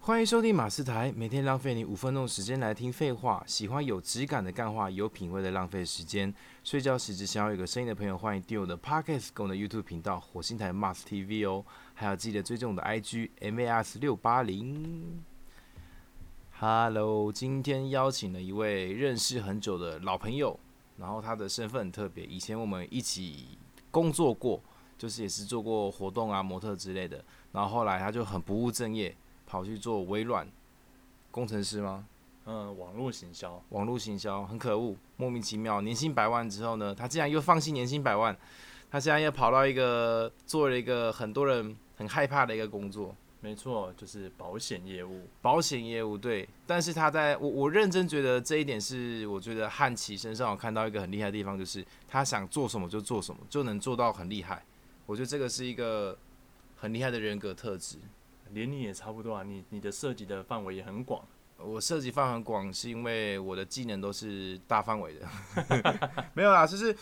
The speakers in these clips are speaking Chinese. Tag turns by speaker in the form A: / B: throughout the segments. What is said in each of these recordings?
A: 欢迎收听马斯台，每天浪费你五分钟时间来听废话。喜欢有质感的干话，有品味的浪费时间。睡觉时只想要有个声音的朋友，欢迎订阅我的 Podcast 跟我的 YouTube 频道火星台 Mars TV 哦，还有记得追踪我的 IG MAS 六八零。Hello，今天邀请了一位认识很久的老朋友，然后他的身份很特别，以前我们一起工作过，就是也是做过活动啊、模特之类的。然后后来他就很不务正业，跑去做微软工程师吗？
B: 嗯，网络行销，
A: 网络行销很可恶，莫名其妙，年薪百万之后呢，他竟然又放弃年薪百万，他现在又跑到一个做了一个很多人很害怕的一个工作，
B: 没错，就是保险业务。
A: 保险业务对，但是他在我我认真觉得这一点是我觉得汉奇身上我看到一个很厉害的地方，就是他想做什么就做什么，就能做到很厉害。我觉得这个是一个很厉害的人格特质。
B: 连你也差不多啊，你你的涉及的范围也很广。
A: 我涉及范围很广，是因为我的技能都是大范围的， 没有啦，就是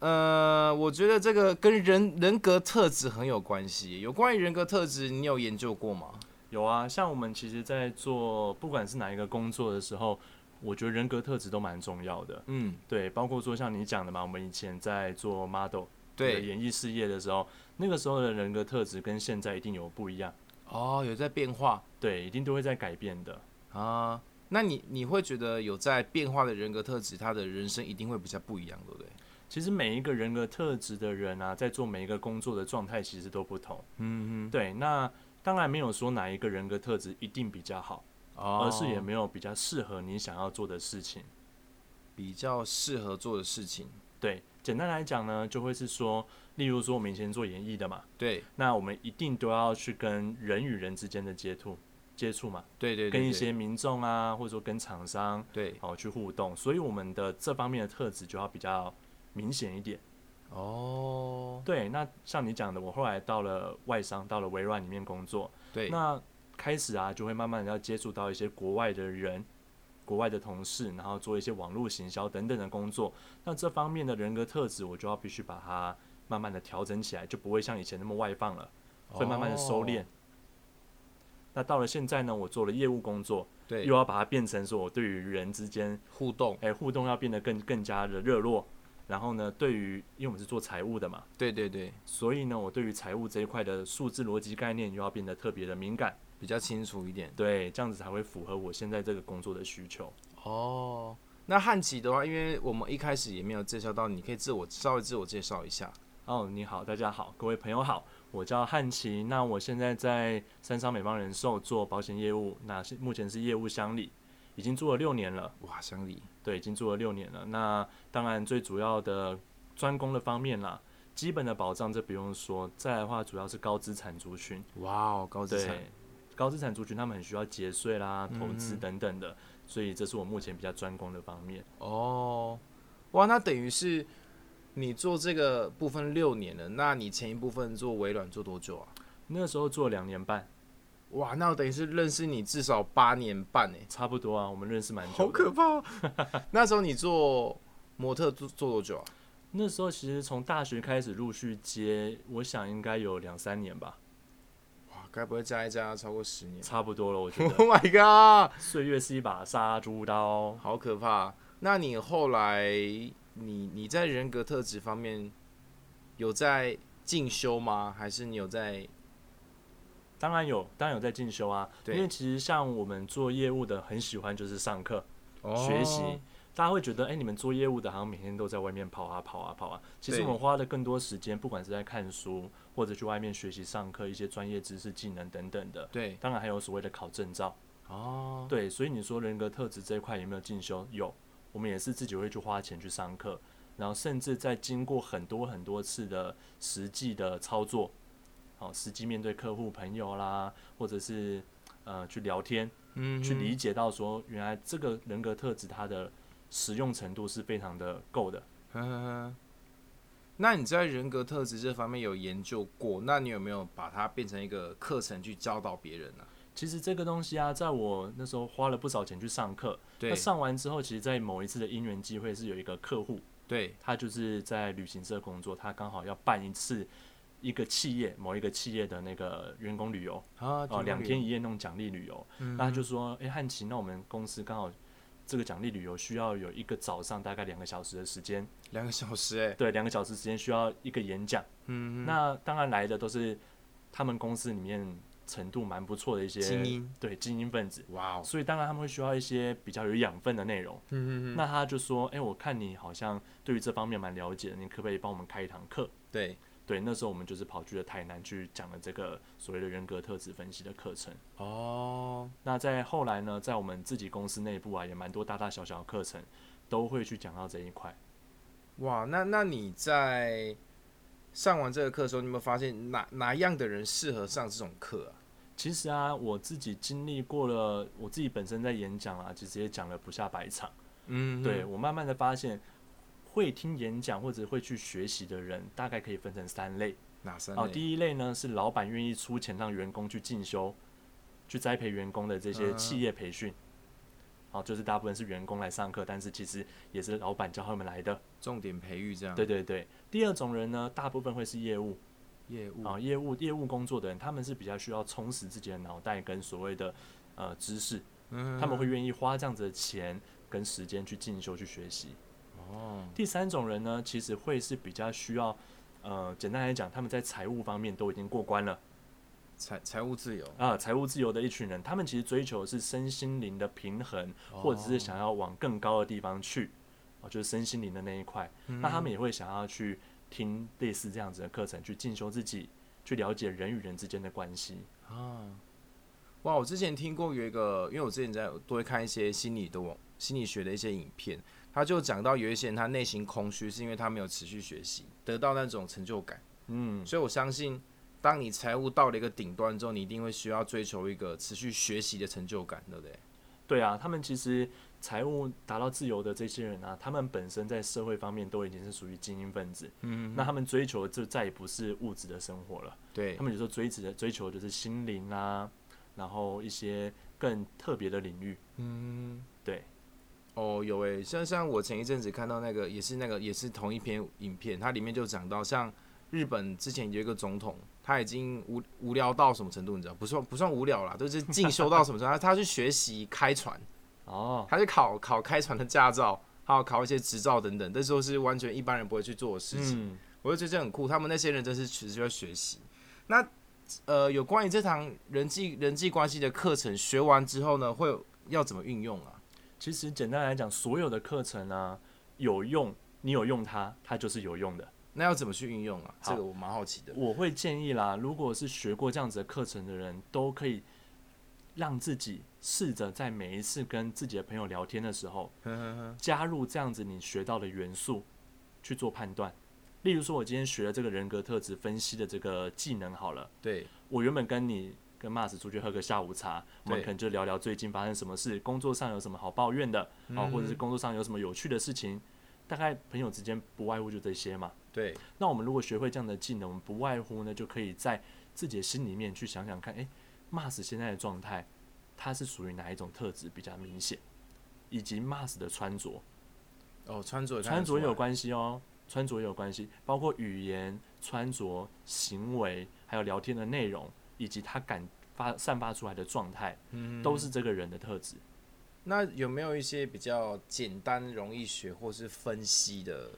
A: 呃，我觉得这个跟人人格特质很有关系。有关于人格特质，你有研究过吗？
B: 有啊，像我们其实，在做不管是哪一个工作的时候，我觉得人格特质都蛮重要的。
A: 嗯，
B: 对，包括说像你讲的嘛，我们以前在做 model 的
A: 对，
B: 演艺事业的时候，那个时候的人格特质跟现在一定有不一样，
A: 哦，有在变化
B: 对，一定都会在改变的。
A: 啊。那你你会觉得有在变化的人格特质，他的人生一定会比较不一样，对不对？
B: 其实每一个人格特质的人啊，在做每一个工作的状态其实都不同。
A: 嗯
B: 对，那当然没有说哪一个人格特质一定比较好。
A: 哼，哦，
B: 呃而是也没有比较适合你想要做的事情。
A: 比较适合做的事情。
B: 对，简单来讲呢，就会是说，例如说我们以前做演艺的嘛，
A: 对
B: 那我们一定都要去跟人与人之间的接触接触嘛，
A: 对对对，
B: 跟
A: 对
B: 一些民众啊，或者说跟厂商
A: 对
B: 哦去互动，所以我们的这方面的特质就要比较明显一点。
A: 哦，
B: 对，那像你讲的，我后来到了外商，到了微软里面工作，
A: 对，
B: 那开始啊，就会慢慢地要接触到一些国外的人、国外的同事，然后做一些网络行销等等的工作。那这方面的人格特质，我就要必须把它慢慢的调整起来，就不会像以前那么外放了，会慢慢的收敛。
A: 哦
B: 那到了现在呢，我做了业务工作，
A: 对，
B: 又要把它变成说我对于人之间，
A: 互动，
B: 哎，互动要变得更更加的热络。然后呢，对于因为我们是做财务的嘛，
A: 对对对，
B: 所以呢，我对于财务这一块的数字逻辑概念又要变得特别的敏感。
A: 比较清楚一点。
B: 对，这样子才会符合我现在这个工作的需求。
A: 哦，那汉奇的话，因为我们一开始也没有介绍到，你可以自我稍微自我介绍一下。
B: 哦，你好，大家好，各位朋友好，我叫汉奇，那我现在在三商美邦人寿做保险业务，那是目前是业务乡里，已经做了六年了，
A: 哇，乡里
B: 对，已经做了六年了。那当然最主要的专攻的方面啦，基本的保障这不用说，再来的话主要是高资产族群，
A: 哇哦，高资产
B: 对，高资产族群他们很需要节税啦、投
A: 嗯
B: 资等等的，所以这是我目前比较专攻的方面。
A: 哦，哇，那等于是你做这个部分六年了，那你前一部分做微软做多久啊？
B: 那时候做两年半，
A: 哇，那我等于是认识你至少八年半哎，
B: 差不多啊，我们认识蛮久的。
A: 好可怕哦、 那时候你做模特做做多久啊？
B: 那时候其实从大学开始陆续接，我想应该有两三 年吧，
A: 哇，该不会加一加超过十年
B: 差不多了。我 觉
A: ？Oh
B: 得
A: my god！
B: 岁月是一把杀猪刀。
A: 好可怕！那你后来，你你在人格特质方面有在进修吗？还是你有在？
B: 当然有，当然有在进修啊。
A: 对
B: 因为其实像我们做业务的，很喜欢就是上课、
A: 哦
B: 学习。大家会觉得，哎、你们做业务的好像每天都在外面跑啊跑啊跑啊。其实
A: 对
B: 我们花的更多时间，不管是在看书，或者去外面学习上课一些专业知识、技能等等的。
A: 对
B: 当然还有所谓的考证照。
A: 哦，
B: 对，所以你说人格特质这一块有没有进修？有，我们也是自己会去花钱去上课，然后甚至在经过很多很多次的实际的操作，好、实际面对客户、朋友啦，或者是呃去聊天，
A: 嗯
B: 去
A: 哼
B: 理解到说，原来这个人格特质它的实用程度是非常的够的。
A: 呵呵呵嗯那你在人格特质这方面有研究过？那你有没有把它变成一个课程去教导别人呢、啊
B: 其实这个东西啊，在我那时候花了不少钱去上课，
A: 对
B: 那上完之后，其实在某一次的因缘机会是有一个客户，
A: 对
B: 他就是在旅行社工作，他刚好要办一次一个企业某一个企业的那个员工旅游，
A: 啊，
B: 哦，两天
A: 一，
B: 一夜那种奖励旅游，
A: 嗯
B: 那他就说，诶，汉奇，那我们公司刚好这个奖励旅游需要有一个早上大概两个小时的时间，
A: 两个小时哎，
B: 对，两个小时时间需要一个演讲。
A: 嗯，
B: 那当然来的都是他们公司里面程度蛮不错的一些
A: 精英，
B: 对精英分子，
A: 哇哦，
B: 所以当然他们会需要一些比较有养分的内容。
A: 嗯嗯嗯，
B: 那他就说，诶，我看你好像对于这方面蛮了解的，你可不可以帮我们开一堂课？
A: 对，
B: 对，那时候我们就是跑去了台南去讲了这个所谓的人格特质分析的课程。
A: 哦，
B: 那在后来呢，在我们自己公司内部啊，也蛮多大大小小的课程都会去讲到这一块。
A: 哇，那那你在上完这个课的时候，你有没有发现哪哪样的人适合上这种课啊？
B: 其实啊，我自己经历过了，我自己本身在演讲啊，其实也讲了不下百场。
A: 嗯
B: 对我慢慢的发现，会听演讲或者会去学习的人，大概可以分成三类。
A: 哪三
B: 哦，
A: 类？
B: 第一类呢是老板愿意出钱让员工去进修，去栽培员工的这些
A: 嗯
B: 企业培训。好、就是大部分是员工来上课，但是其实也是老板叫他们来的。
A: 重点培育这样，
B: 对对对，第二种人呢，大部分会是业务
A: 业务
B: 啊、业务业务工作的人，他们是比较需要充实自己的脑袋跟所谓的呃知识，
A: 嗯
B: 他们会愿意花这样子的钱跟时间去进修去学习。
A: 哦，
B: 第三种人呢，其实会是比较需要，呃，简单来讲，他们在财务方面都已经过关了
A: 财财务自由，
B: 啊，财务自由的一群人，他们其实追求的是身心灵的平衡，或
A: 哦
B: 者是想要往更高的地方去，哦、就是身心灵的那一块。
A: 嗯，
B: 那他们也会想要去听类似这样子的课程，去进修自己，去了解人与人之间的关系。
A: 啊，哇！我之前听过有一个，因为我之前在都会看一些心理的网心理学的一些影片，他就讲到有一些人他内心空虚，是因为他没有持续学习，得到那种成就感。
B: 嗯，
A: 所以我相信，当你财务到了一个顶端之后，你一定会需要追求一个持续学习的成就感，对不对？
B: 对啊，他们其实财务达到自由的这些人啊，他们本身在社会方面都已经是属于精英分子，
A: 嗯，
B: 那他们追求的就再也不是物质的生活了，
A: 对
B: 他，们有时候追求的追求的就是心灵啊，然后一些更特别的领域。
A: 嗯，
B: 对，
A: 哦，有诶、像像我前一阵子看到那个，也是那个，也是同一篇影片，它里面就讲到，像日本之前有一个总统，他已经无无聊到什么程度，你知道？不算不算无聊啦，就是进修到什么程度？他他去学习开船，
B: 哦，
A: 他去考考开船的驾照，还有考一些执照等等，这都是完全一般人不会去做的事情。
B: 嗯，
A: 我就觉得这很酷，他们那些人真是持续在学习。那呃，有关于这堂人际人际关系的课程，学完之后呢，会有要怎么运用啊？
B: 其实简单来讲，所有的课程啊，有用，你有用它，它就是有用的。
A: 那要怎么去运用啊？
B: 好
A: 这个我蛮好奇的。
B: 我会建议啦，如果是学过这样子的课程的人，都可以让自己试着在每一次跟自己的朋友聊天的时候，
A: 哼哼 哼
B: 加入这样子你学到的元素去做判断。例如说，我今天学了这个人格特质分析的这个技能好了，
A: 对，
B: 我原本跟你跟 Mars 出去喝个下午茶，我们
A: 对
B: 可能就聊聊最近发生什么事，工作上有什么好抱怨的，哦，或者是
A: 嗯
B: 工作上有什么有趣的事情，大概朋友之间不外乎就这些嘛。
A: 对，
B: 那我们如果学会这样的技能，我们不外乎呢，就可以在自己的心里面去想想看，诶 m a r s 现在的状态，它是属于哪一种特质比较明显，以及 m a r s 的穿着，
A: 哦，穿着也看
B: 穿
A: 得出
B: 着
A: 来
B: 也有，关系哦，穿着也有关系，包括语言、穿着、行为，还有聊天的内容，以及他感发散发出来的状态，
A: 嗯
B: 都。是这个人的特质。
A: 那有没有一些比较简单、容易学或是分析的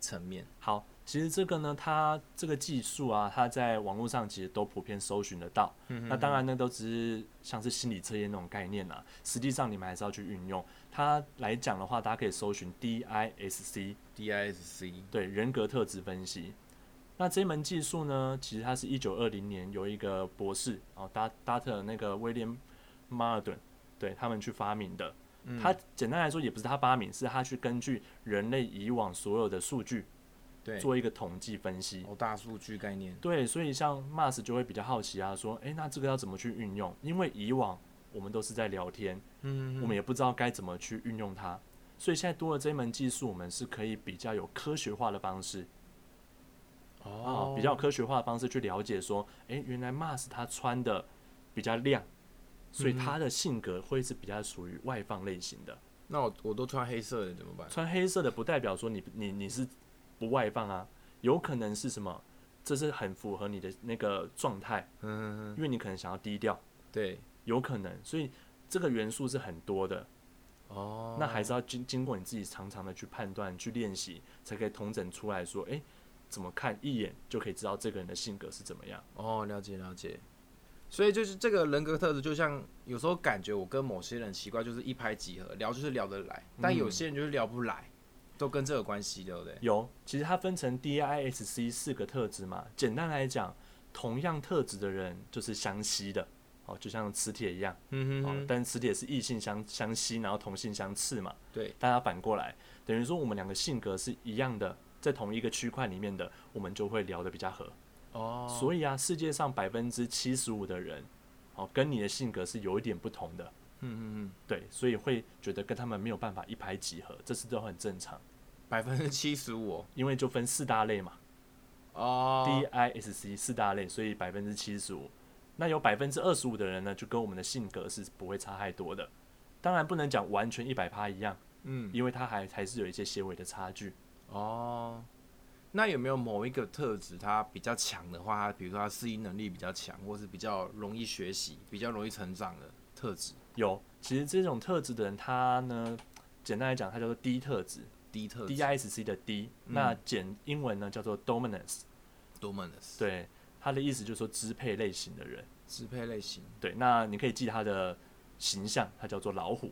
A: 层面？
B: 好，其实这个呢，它这个技术啊，它在网络上其实都普遍搜寻得到。
A: 嗯
B: 那当然呢，都只是像是心理测验那种概念啦、实际上你们还是要去运用。它来讲的话，大家可以搜寻 DISC，
A: DISC
B: 对人格特质分析。那这门技术呢，其实它是一九二零年有一个博士哦，达达特那个威廉马尔顿，对他们去发明的。
A: 嗯
B: 他简单来说也不是他发明，是他去根据人类以往所有的数据
A: 对，
B: 做一个统计分析。
A: 哦，大数据概念，
B: 对，所以像 Mars 就会比较好奇啊，说，诶，那这个要怎么去运用？因为以往我们都是在聊天，
A: 嗯
B: 我们也不知道该怎么去运用它，所以现在多了这一门技术，我们是可以比较有科学化的方式
A: 哦
B: 啊，比较有科学化的方式去了解说，诶，原来 Mars 它穿的比较亮，所以他的性格会是比较属于外放类型的。
A: 那我我都穿黑色的怎么办？
B: 穿黑色的不代表说你你你是不外放啊，有可能是什么？这是很符合你的那个状态，
A: 嗯，
B: 因为你可能想要低调，
A: 对，
B: 有可能，所以这个元素是很多的。
A: 哦，
B: 那还是要经经过你自己常常的去判断、去练习，才可以统整出来说，诶，怎么看一眼就可以知道这个人的性格是怎么样。
A: 哦，了解了解。所以就是这个人格特质，就像有时候感觉我跟某些人奇怪，就是一拍即合，聊就是聊得来，但有些人就是聊不来，都跟这有关系，对不对？
B: 有，其实它分成 DISC 四个特质嘛。简单来讲，同样特质的人就是相吸的，哦，就像磁铁一样，
A: 嗯
B: 哦
A: 哼，
B: 但磁铁是异性相相吸，然后同性相斥嘛。
A: 对，
B: 大家反过来，等于说我们两个性格是一样的，在同一个区块里面的，我们就会聊得比较合。
A: 哦，
B: 所以啊，世界上百分之七十五的人，哦，跟你的性格是有一点不同的，
A: 嗯嗯嗯，
B: 对，所以会觉得跟他们没有办法一拍即合，这是都很正常，
A: 百分之七十五
B: 因为就分四大类嘛、
A: 哦，
B: d I S C 四大类，所以百分之七十五，那有百分之二十五的人呢，就跟我们的性格是不会差太多的，当然不能讲完全一百趴一样，
A: 嗯，
B: 因为它还还是有一些些微的差距。
A: 哦，那有没有某一个特质它比较强的话，它比如说它适应能力比较强，或是比较容易学习、比较容易成长的特质？
B: 有，其实这种特质的人，他呢，简单来讲，他叫做低特质。
A: 低特质
B: DISC 的 D，、
A: 嗯
B: 那简英文呢叫做 dominance，
A: ，dominance，
B: 对，它的意思就是说支配类型的人，
A: 支配类型，
B: 对，那你可以记它的形象，它叫做老虎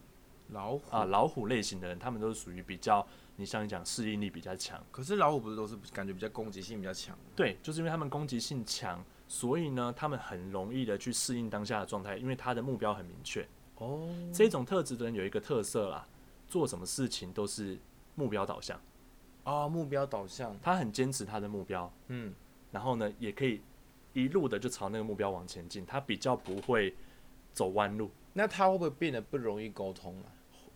A: 老虎
B: 啊，老虎类型的人，他们都是属于比较，你像你讲适应力比较强，
A: 可是老虎不是都是感觉比较攻击性比较强吗？
B: 对，就是因为他们攻击性强，所以呢，他们很容易的去适应当下的状态，因为他的目标很明确。
A: 哦，
B: 这种特质的人有一个特色啦，做什么事情都是目标导向，
A: 哦，目标导向，
B: 他很坚持他的目标，
A: 嗯，
B: 然后呢，也可以一路的就朝那个目标往前进，他比较不会走弯路。
A: 那他会不会变得不容易沟通啊？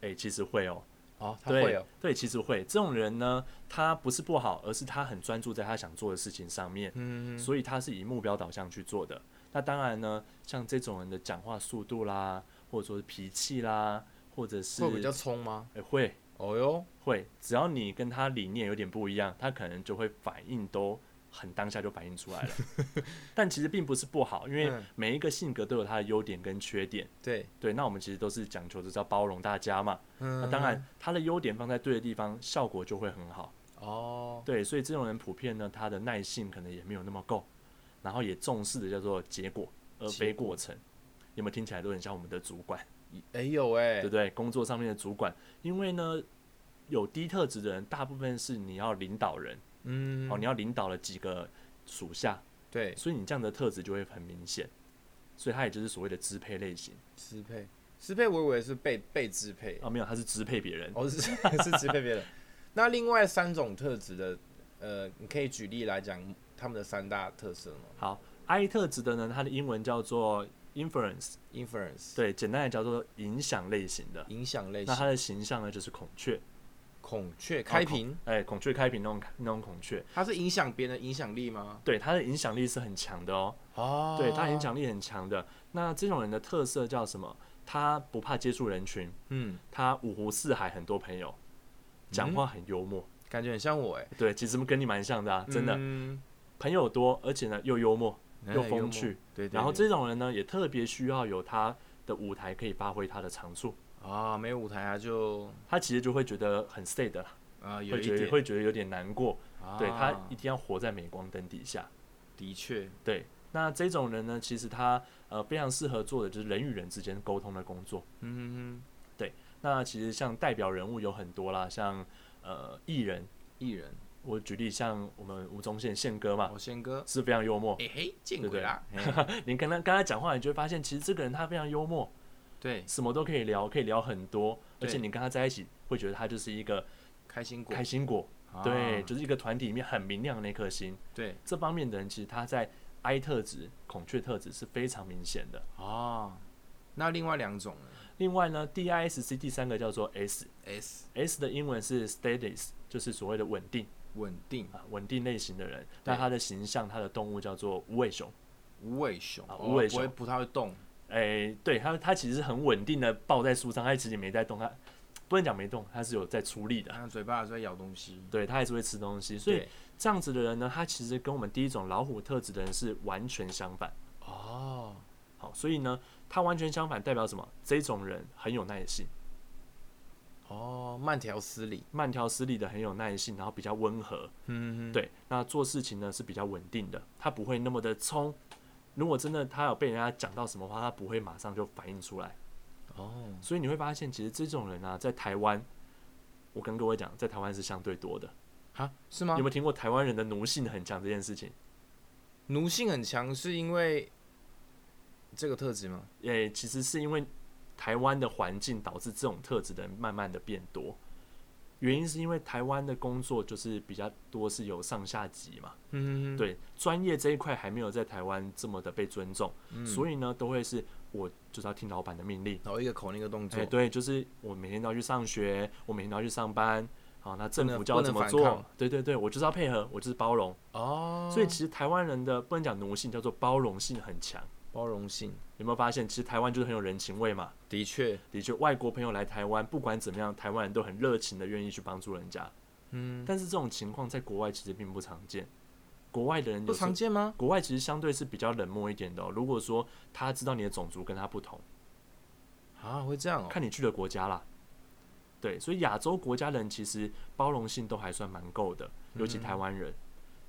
B: 诶，其实会哦，
A: 哦，他
B: 对
A: 会哦，
B: 对，其实会。这种人呢，他不是不好，而是他很专注在他想做的事情上面，
A: 嗯，
B: 所以他是以目标导向去做的。那当然呢，像这种人的讲话速度啦，或者说是脾气啦，或者是
A: 会比较冲吗？
B: 诶会
A: 哦哟，
B: 会，只要你跟他理念有点不一样，他可能就会反应都很当下就反应出 来了。但其实并不是不好，因为
A: 嗯
B: 每一个性格都有他的优点跟缺点。
A: 对，
B: 对，那我们其实都是讲求就是要包容大家嘛。
A: 嗯
B: 那当然，他的优点放在对的地方，效果就会很好。
A: 哦，
B: 对，所以这种人普遍呢，他的耐性可能也没有那么够，然后也重视的叫做结果而
A: 结
B: 非过程。有没有听起来都很像我们的主管？
A: 哎有哎
B: 对不，对？工作上面的主管，因为呢，有低特质的人，大部分是你要领导人、
A: 嗯
B: 哦，你要领导了几个属下，
A: 对，
B: 所以你这样的特质就会很明显，所以他也就是所谓的支配类型
A: 支配，支配我以为是被被支配，
B: 啊，没有，他是支配别人。
A: 哦是 是支配别人。那另外三种特质的，呃，你可以举例来讲他们的三大特色吗
B: 好，I 特质的呢，它的英文叫做 influence，
A: ？Influence，，
B: 对，简单来叫做影响类型的。
A: 影响类
B: 那它
A: 型，
B: 的形象呢，就是孔雀，
A: 孔雀开屏，
B: 哎、孔雀开屏那种那种孔雀，
A: 它是影响别人的影响力吗？
B: 对，它的影响力是很强的哦。
A: 哦
B: 对，他影，响力很强的。那这种人的特色叫什么？他不怕接触人群，
A: 嗯，
B: 他五湖四海很多朋友，讲话很幽默。
A: 感觉很像我哎，
B: 对，其实跟你蛮像的、啊，真的，
A: 嗯
B: 朋友多，而且呢又幽默。
A: 哎
B: 又风趣
A: 幽默对，对
B: 然后
A: 对
B: 这种人呢，也特别需要有他的舞台可以发挥他的长处。
A: 啊，没有舞台啊，就
B: 他其实就会觉得很 sad 的啦，
A: 啊有
B: 会
A: 一
B: 觉得
A: 点，
B: 会觉得有点难过。
A: 啊
B: 对他一定要活在镁光灯底下。
A: 的确
B: 对，那这种人呢，其实他呃非常适合做的就是人与人之间沟通的工作。
A: 嗯哼
B: 那其实像代表人物有很多啦，像呃艺人，
A: 艺人，
B: 我举例像我们吴宗宪宪哥嘛，
A: 我宪哥，
B: 是非常幽默。
A: 哎嘿，见
B: 对
A: 鬼啦，嘿
B: 你跟他跟他讲话，你就会发现其实这个人他非常幽默，
A: 对，
B: 什么都可以聊，可以聊很多，而
A: 对
B: 且你跟他在一起会觉得他就是一个
A: 开心果
B: 开，心果，
A: 啊
B: 对，就是一个团体里面很明亮的那颗星。
A: 对
B: 这方面的人其实他在 I 特质、孔雀特质是非常明显的。
A: 哦，那另外两种呢
B: 另外呢，DISC 第三个叫做 S，S
A: ？S
B: 的英文是 status，就是所谓的稳定。
A: 稳定
B: 啊稳定类型的人，那
A: 对
B: 他的形象，他的动物叫做无尾熊。
A: 无尾熊，
B: 啊
A: 哦
B: 无尾
A: 不会
B: 熊
A: 不太会动，
B: 诶，对他，他其实是很稳定的抱在树上，他其实也没在动，他不能讲没动，它是有在出力的，
A: 那嘴巴还是在咬东西。
B: 对，它还是会吃东西。所以
A: 对，
B: 这样子的人呢，他其实跟我们第一种老虎特质的人是完全相反。
A: 哦，
B: 好，所以呢，他完全相反代表什么？这种人很有耐性，
A: 哦，慢条斯理。
B: 慢条斯理的很有耐性，然后比较温和，
A: 嗯，
B: 对，那做事情呢是比较稳定的，他不会那么的冲。如果真的他有被人家讲到什么话，他不会马上就反应出来。
A: 哦，
B: 所以你会发现，其实这种人啊，在台湾，我跟各位讲，在台湾是相对多的。
A: 哈，是吗
B: 你有没？有听过台湾人的奴性很强这件事情？
A: 奴性很强是因为这个特质吗？
B: 诶、其实是因为台湾的环境导致这种特质的人慢慢的变多。原因是因为台湾的工作就是比较多是有上下级嘛，
A: 嗯，
B: 对专业这一块还没有在台湾这么的被尊重，
A: 嗯，哦
B: 所以呢都会是我就是要听老板的命令，
A: 然后一个口令一个动
B: 哎、
A: 作，
B: 对，就是我每天都要去上学，我每天都要去上班，好，那政
A: 不能
B: 府叫我
A: 不能
B: 怎么
A: 反
B: 做
A: 抗，
B: 对对对，我就是要配合，我就是包容，
A: 哦，
B: 所以其实台湾人的不能讲奴性，叫做包容性很强。
A: 包容性
B: 有没有发现，其实台湾就是很有人情味嘛？
A: 的确，
B: 的确，外国朋友来台湾，不管怎么样，台湾人都很热情的愿意去帮助人家。
A: 嗯，
B: 但是这种情况在国外其实并不常见，国外的人
A: 不
B: 有时候
A: 常见吗？
B: 国外其实相对是比较冷漠一点的哦、如果说他知道你的种族跟他不同，
A: 啊，会这样哦，
B: 看你去的国家啦。对，所以亚洲国家人其实包容性都还算蛮够的，
A: 嗯
B: 尤其台湾人。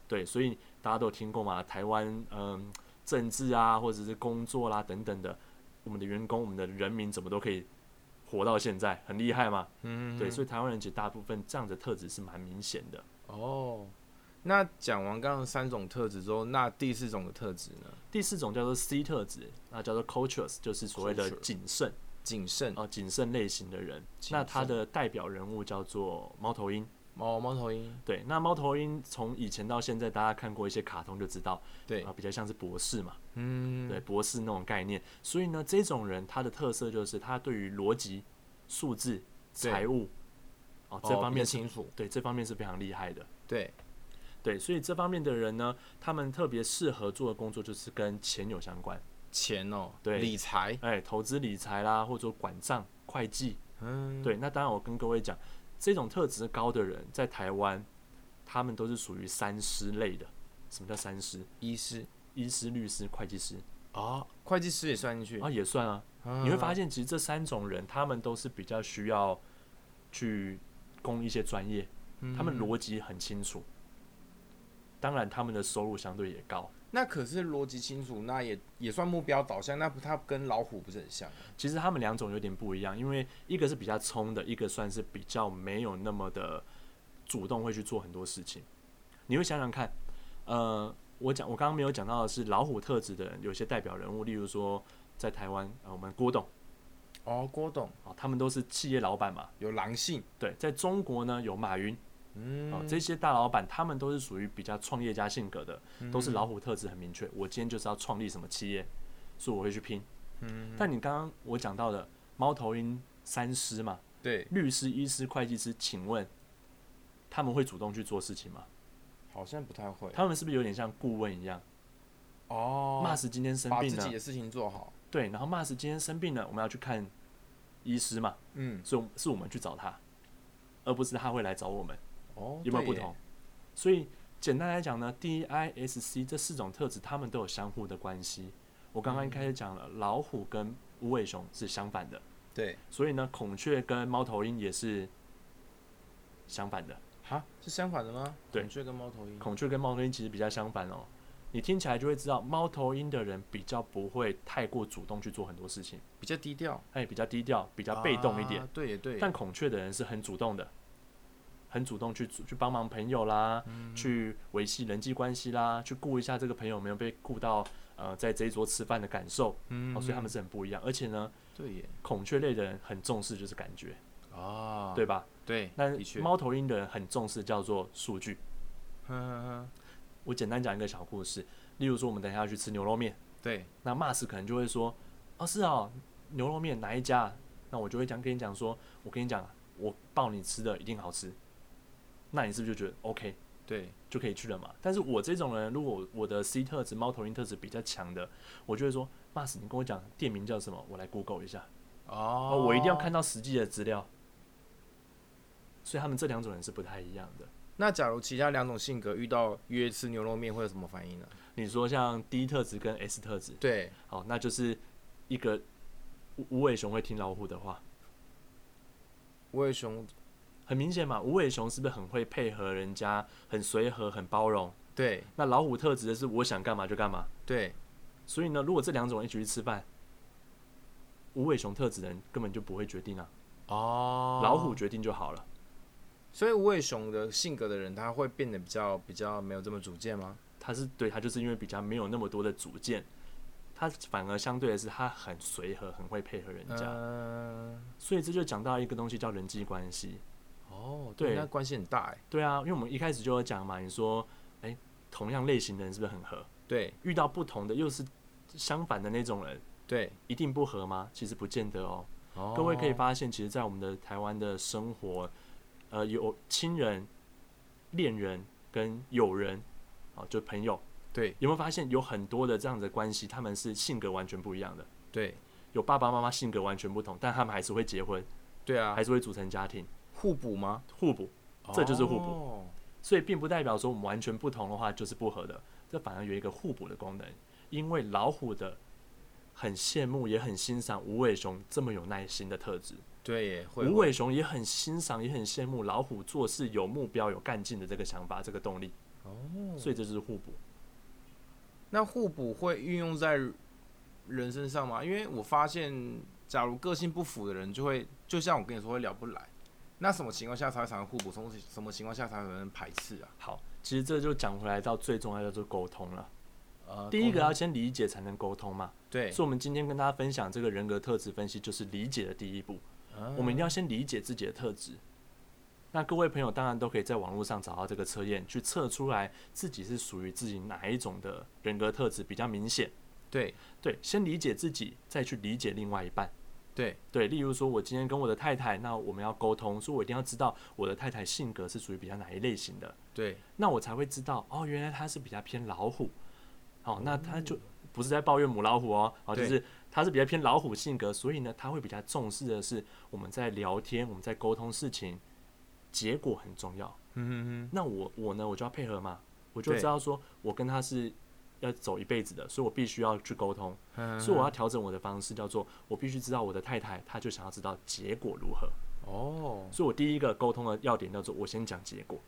B: 对，所以大家都有听过嘛，台湾嗯政治啊，或者是工作啦、等等的，我们的员工、我们的人民怎么都可以活到现在，很厉害嘛。
A: 嗯，
B: 对，所以台湾人其实大部分这样的特质是蛮明显的。
A: 哦，那讲完刚刚三种特质之后，那第四种的特质呢？
B: 第四种叫做 C 特质，那叫做 cultures，就是所谓的
A: Culture
B: 谨慎
A: 谨慎
B: 哦、呃谨慎类型的人。
A: 谨
B: 那他
A: 慎
B: 的代表人物叫做猫头鹰。
A: 哦，猫头鹰，
B: 对，那猫头鹰从以前到现在，大家看过一些卡通就知道，
A: 对
B: 啊、，比较像是博士嘛，
A: 嗯，
B: 对，，博士那种概念。所以呢，这种人他的特色就是他对于逻辑、数字、
A: 对
B: 财务哦
A: 哦
B: 这方
A: 比较
B: 面是、
A: 清楚，
B: 对这方面是非常厉害的。
A: 对，
B: 对，所以这方面的人呢，他们特别适合做的工作就是跟钱有相关，
A: 钱哦，
B: 对
A: 理财，
B: 哎，投资理财啦，或者说管账、会计。
A: 嗯，
B: 对，那当然我跟各位讲，这种特质高的人在台湾，他们都是属于三师类的。什么叫三师？
A: 医师
B: 医师、律师、会计师
A: 啊，会计师也算进去，嗯
B: 啊，也算啊。
A: 你
B: 你会发现，其实这三种人，他们都是比较需要去攻一些专业，
A: 嗯
B: 他们逻辑很清楚。当然，他们的收入相对也高。
A: 那可是逻辑清楚，那也也算目标导向，那不它跟老虎不是很像吗？
B: 其实他们两种有点不一样，因为一个是比较冲的，一个算是比较没有那么的主动会去做很多事情。你会想想看，呃，我讲我刚刚没有讲到的是老虎特质的人，有些代表人物，例如说在台湾，呃，我们郭董
A: 哦，郭董
B: 哦，他们都是企业老板嘛。
A: 有狼性，
B: 对，在中国呢有马云
A: 嗯，
B: 哦，这些大老板他们都是属于比较创业家性格的，都
A: 嗯
B: 是老虎特质很明确。我今天就是要创立什么企业，所以我会去拼。
A: 嗯，
B: 但你刚刚我讲到的猫头鹰三狮嘛，
A: 对，
B: 律师、医师、会计师，请问他们会主动去做事情吗？
A: 好像不太会
B: 他们是不是有点像顾问一样？
A: 哦，
B: 骂死今天生
A: 把
B: 病啊
A: 自己
B: 了，
A: 的事情做好，
B: 对，然后骂死今天生病了，我们要去看医师嘛，
A: 嗯，
B: 所以我们是我们去找他，而不是他会来找我们，
A: 哦，
B: 有没
A: 对
B: 有不
A: 耶
B: 同？？所以简单来讲呢，D I S C 这四种特质，他们都有相互的关系。我刚刚一开始讲了，老虎跟无尾熊是相反的，
A: 对，
B: 所以呢，孔雀跟猫头鹰也是相反的。
A: 哈，是相反的吗？
B: 对
A: 孔雀跟猫头鹰，
B: 孔雀跟猫头鹰其实比较相反哦。你听起来就会知道，猫头鹰的人比较不会太过主动去做很多事情，
A: 比较低调，
B: 他也比较低调，比
A: 比
B: 较被动一点。，
A: 对也啊对，
B: 但孔雀的人是很主动的，很主动去去帮忙朋友啦，
A: 嗯
B: 去维系人际关系啦，去顾一下这个朋友有没有被顾到，呃，在这一桌吃饭的感受、
A: 嗯
B: 哦。所以他们是很不一样。而且呢，
A: 对耶，
B: 孔雀类的人很重视就是感觉，
A: 啊，
B: 对吧？
A: 对，
B: 那
A: 的确，
B: 猫头鹰的人很重视叫做数据。
A: 哼哼哼，
B: 我简单讲一个小故事，例如说我们等一下要去吃牛肉面。
A: 对，
B: 那 Mas 可能就会说，哦是哦，牛肉面哪一家啊？那我就会讲跟你讲说，我跟你讲，我抱你吃的一定好吃。那你是不是就觉得 OK
A: 对，
B: 就可以去了嘛？但是我这种人，如果我的 C 特质、猫头鹰特质比较强的，我就会说，Mas 你跟我讲店名叫什么，我来 Google 一下。
A: 哦
B: 哦，我一定要看，到实际的资料，所以他们这两种人是不太一样的。
A: 那假如其他两种性格遇到约吃牛肉面会有什么反应呢？
B: 你说像 D 特质跟 S 特质，
A: 对，
B: 好，那就是一个无无尾熊会听老虎的话，
A: 无尾熊，
B: 很明显嘛。无尾熊是不是很会配合人家，很随和，很包容？
A: 对
B: 那老虎特质的是我想干嘛就干嘛。
A: 对，
B: 所以呢，如果这两种人一起去吃饭，无尾熊特质的人根本就不会决定啊，
A: 哦
B: 老虎，决定就好了。
A: 所以无尾熊的性格的人，他会变得比较比较没有这么主见吗？
B: 他是对他就是因为比较没有那么多的主见，他反而相对的是他很随和，很会配合人家。
A: 嗯，
B: 所以这就讲到一个东西叫人际关系。
A: 哦，
B: 对
A: 那关系很大哎，
B: 对啊，因为我们一开始就有讲嘛，你说，哎、同样类型的人是不是很合？
A: 对
B: 遇到不同的又是相反的那种人，
A: 对，
B: 一定不合吗？其实不见得哦。
A: 哦
B: 各位可以发现，其实，在我们的台湾的生活，呃，有亲人、恋人跟友人，啊，就朋友，
A: 对
B: 有没有发现有很多的这样子的关系，他们是性格完全不一样的，
A: 对
B: 有爸爸妈妈性格完全不同，但他们还是会结婚，
A: 对啊
B: 还，是会组成家庭，
A: 互补吗？
B: 互补。这就是互补
A: 补，
B: 所以并不代表说我们完全不同的话就是不合的，这反而有一个互补的功能。因为老虎的很羡慕也很欣赏无尾熊这么有耐心的特质，
A: 对耶，会
B: 无尾熊也很欣赏也很羡慕老虎做事有目标有干劲的这个想法这个动力，
A: 哦，
B: 所以这就是互补。
A: 那互补会运用在人身上吗？因为我发现，假如个性不符的人，就会就像我跟你说会聊不来。那什么情况下才会产生互补？什么什么情况下才会有人排斥啊？
B: 好，其实这就讲回来到最重要的就是沟通了。
A: 呃
B: 第一个要啊先理解才能沟通嘛，
A: 对，
B: 所以我们今天跟大家分享这个人格特质分析，就是理解的第一步。
A: 啊
B: 我们一定要先理解自己的特质。那各位朋友当然都可以在网络上找到这个测验，去测出来自己是属于自己哪一种的人格特质比较明显。
A: 对
B: 对，先理解自己，再去理解另外一半。
A: 对
B: 对，例如说，我今天跟我的太太，那我们要沟通，所以我一定要知道我的太太性格是属于比较哪一类型的，
A: 对
B: 那我才会知道哦，原来她是比较偏老虎。哦，那她就不是在抱怨母老虎哦，哦，就
A: 对
B: 是她是比较偏老虎性格，所以呢，她会比较重视的是我们在聊天，我们在沟通事情，结果很重要。
A: 嗯哼
B: 那我我呢，我就要配合嘛，我就
A: 对
B: 知道说我跟她是要走一辈子的，所以我必须要去沟通。
A: 哼嗯哼，
B: 所以我要调整我的方式，叫做我必须知道我的太太，她就想要知道结果如何。
A: 哦，
B: 所以我第一个沟通的要点叫做我先讲结果，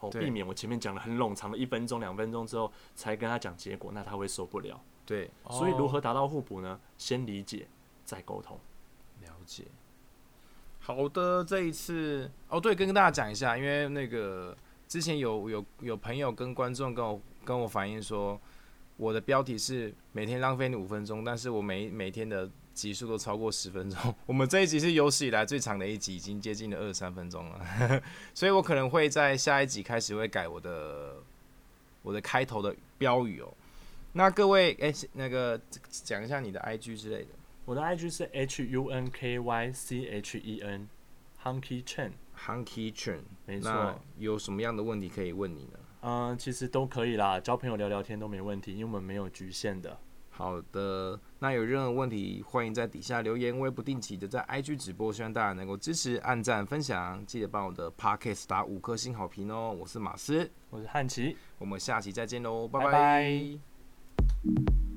B: 哦，
A: 对
B: 避免我前面讲了很冗长的一分钟、两分钟之后才跟她讲结果，那她会受不了。
A: 对，
B: 所以如
A: 哦
B: 何达到互补呢？先理解，再沟通。
A: 了解。好的，这一次哦，对，跟大家讲一下，因为那个之前有有有朋友跟观众跟我跟我反映说，我的标题是每天浪费你五分钟，但是我每每天的集数都超过十分钟。 我们这一集是有史以来最长的一集，已经接近了二十三分钟了， 所以我可能会在下一集开始会改我的我的开头的标语哦。那各位，哎、那个讲一下你的 IG 之类的
B: 我的 IG 是 H U N K Y C H E N Hunky Chen，
A: ，Hunky Chun。
B: 没
A: 那
B: 错。
A: 有什么样的问题可以问你呢？
B: 嗯，其实都可以啦，交朋友聊聊天都没问题，因为我们没有局限的。
A: 好的，那有任何问题，欢迎在底下留言。我也不定期的在 IG 直播，希望大家能够支持、按赞、分享，记得帮我的 Podcast 打五颗星好评哦。我是马斯，
B: 我是汉奇。
A: 我们下期再见喽，
B: 拜
A: 拜拜
B: 拜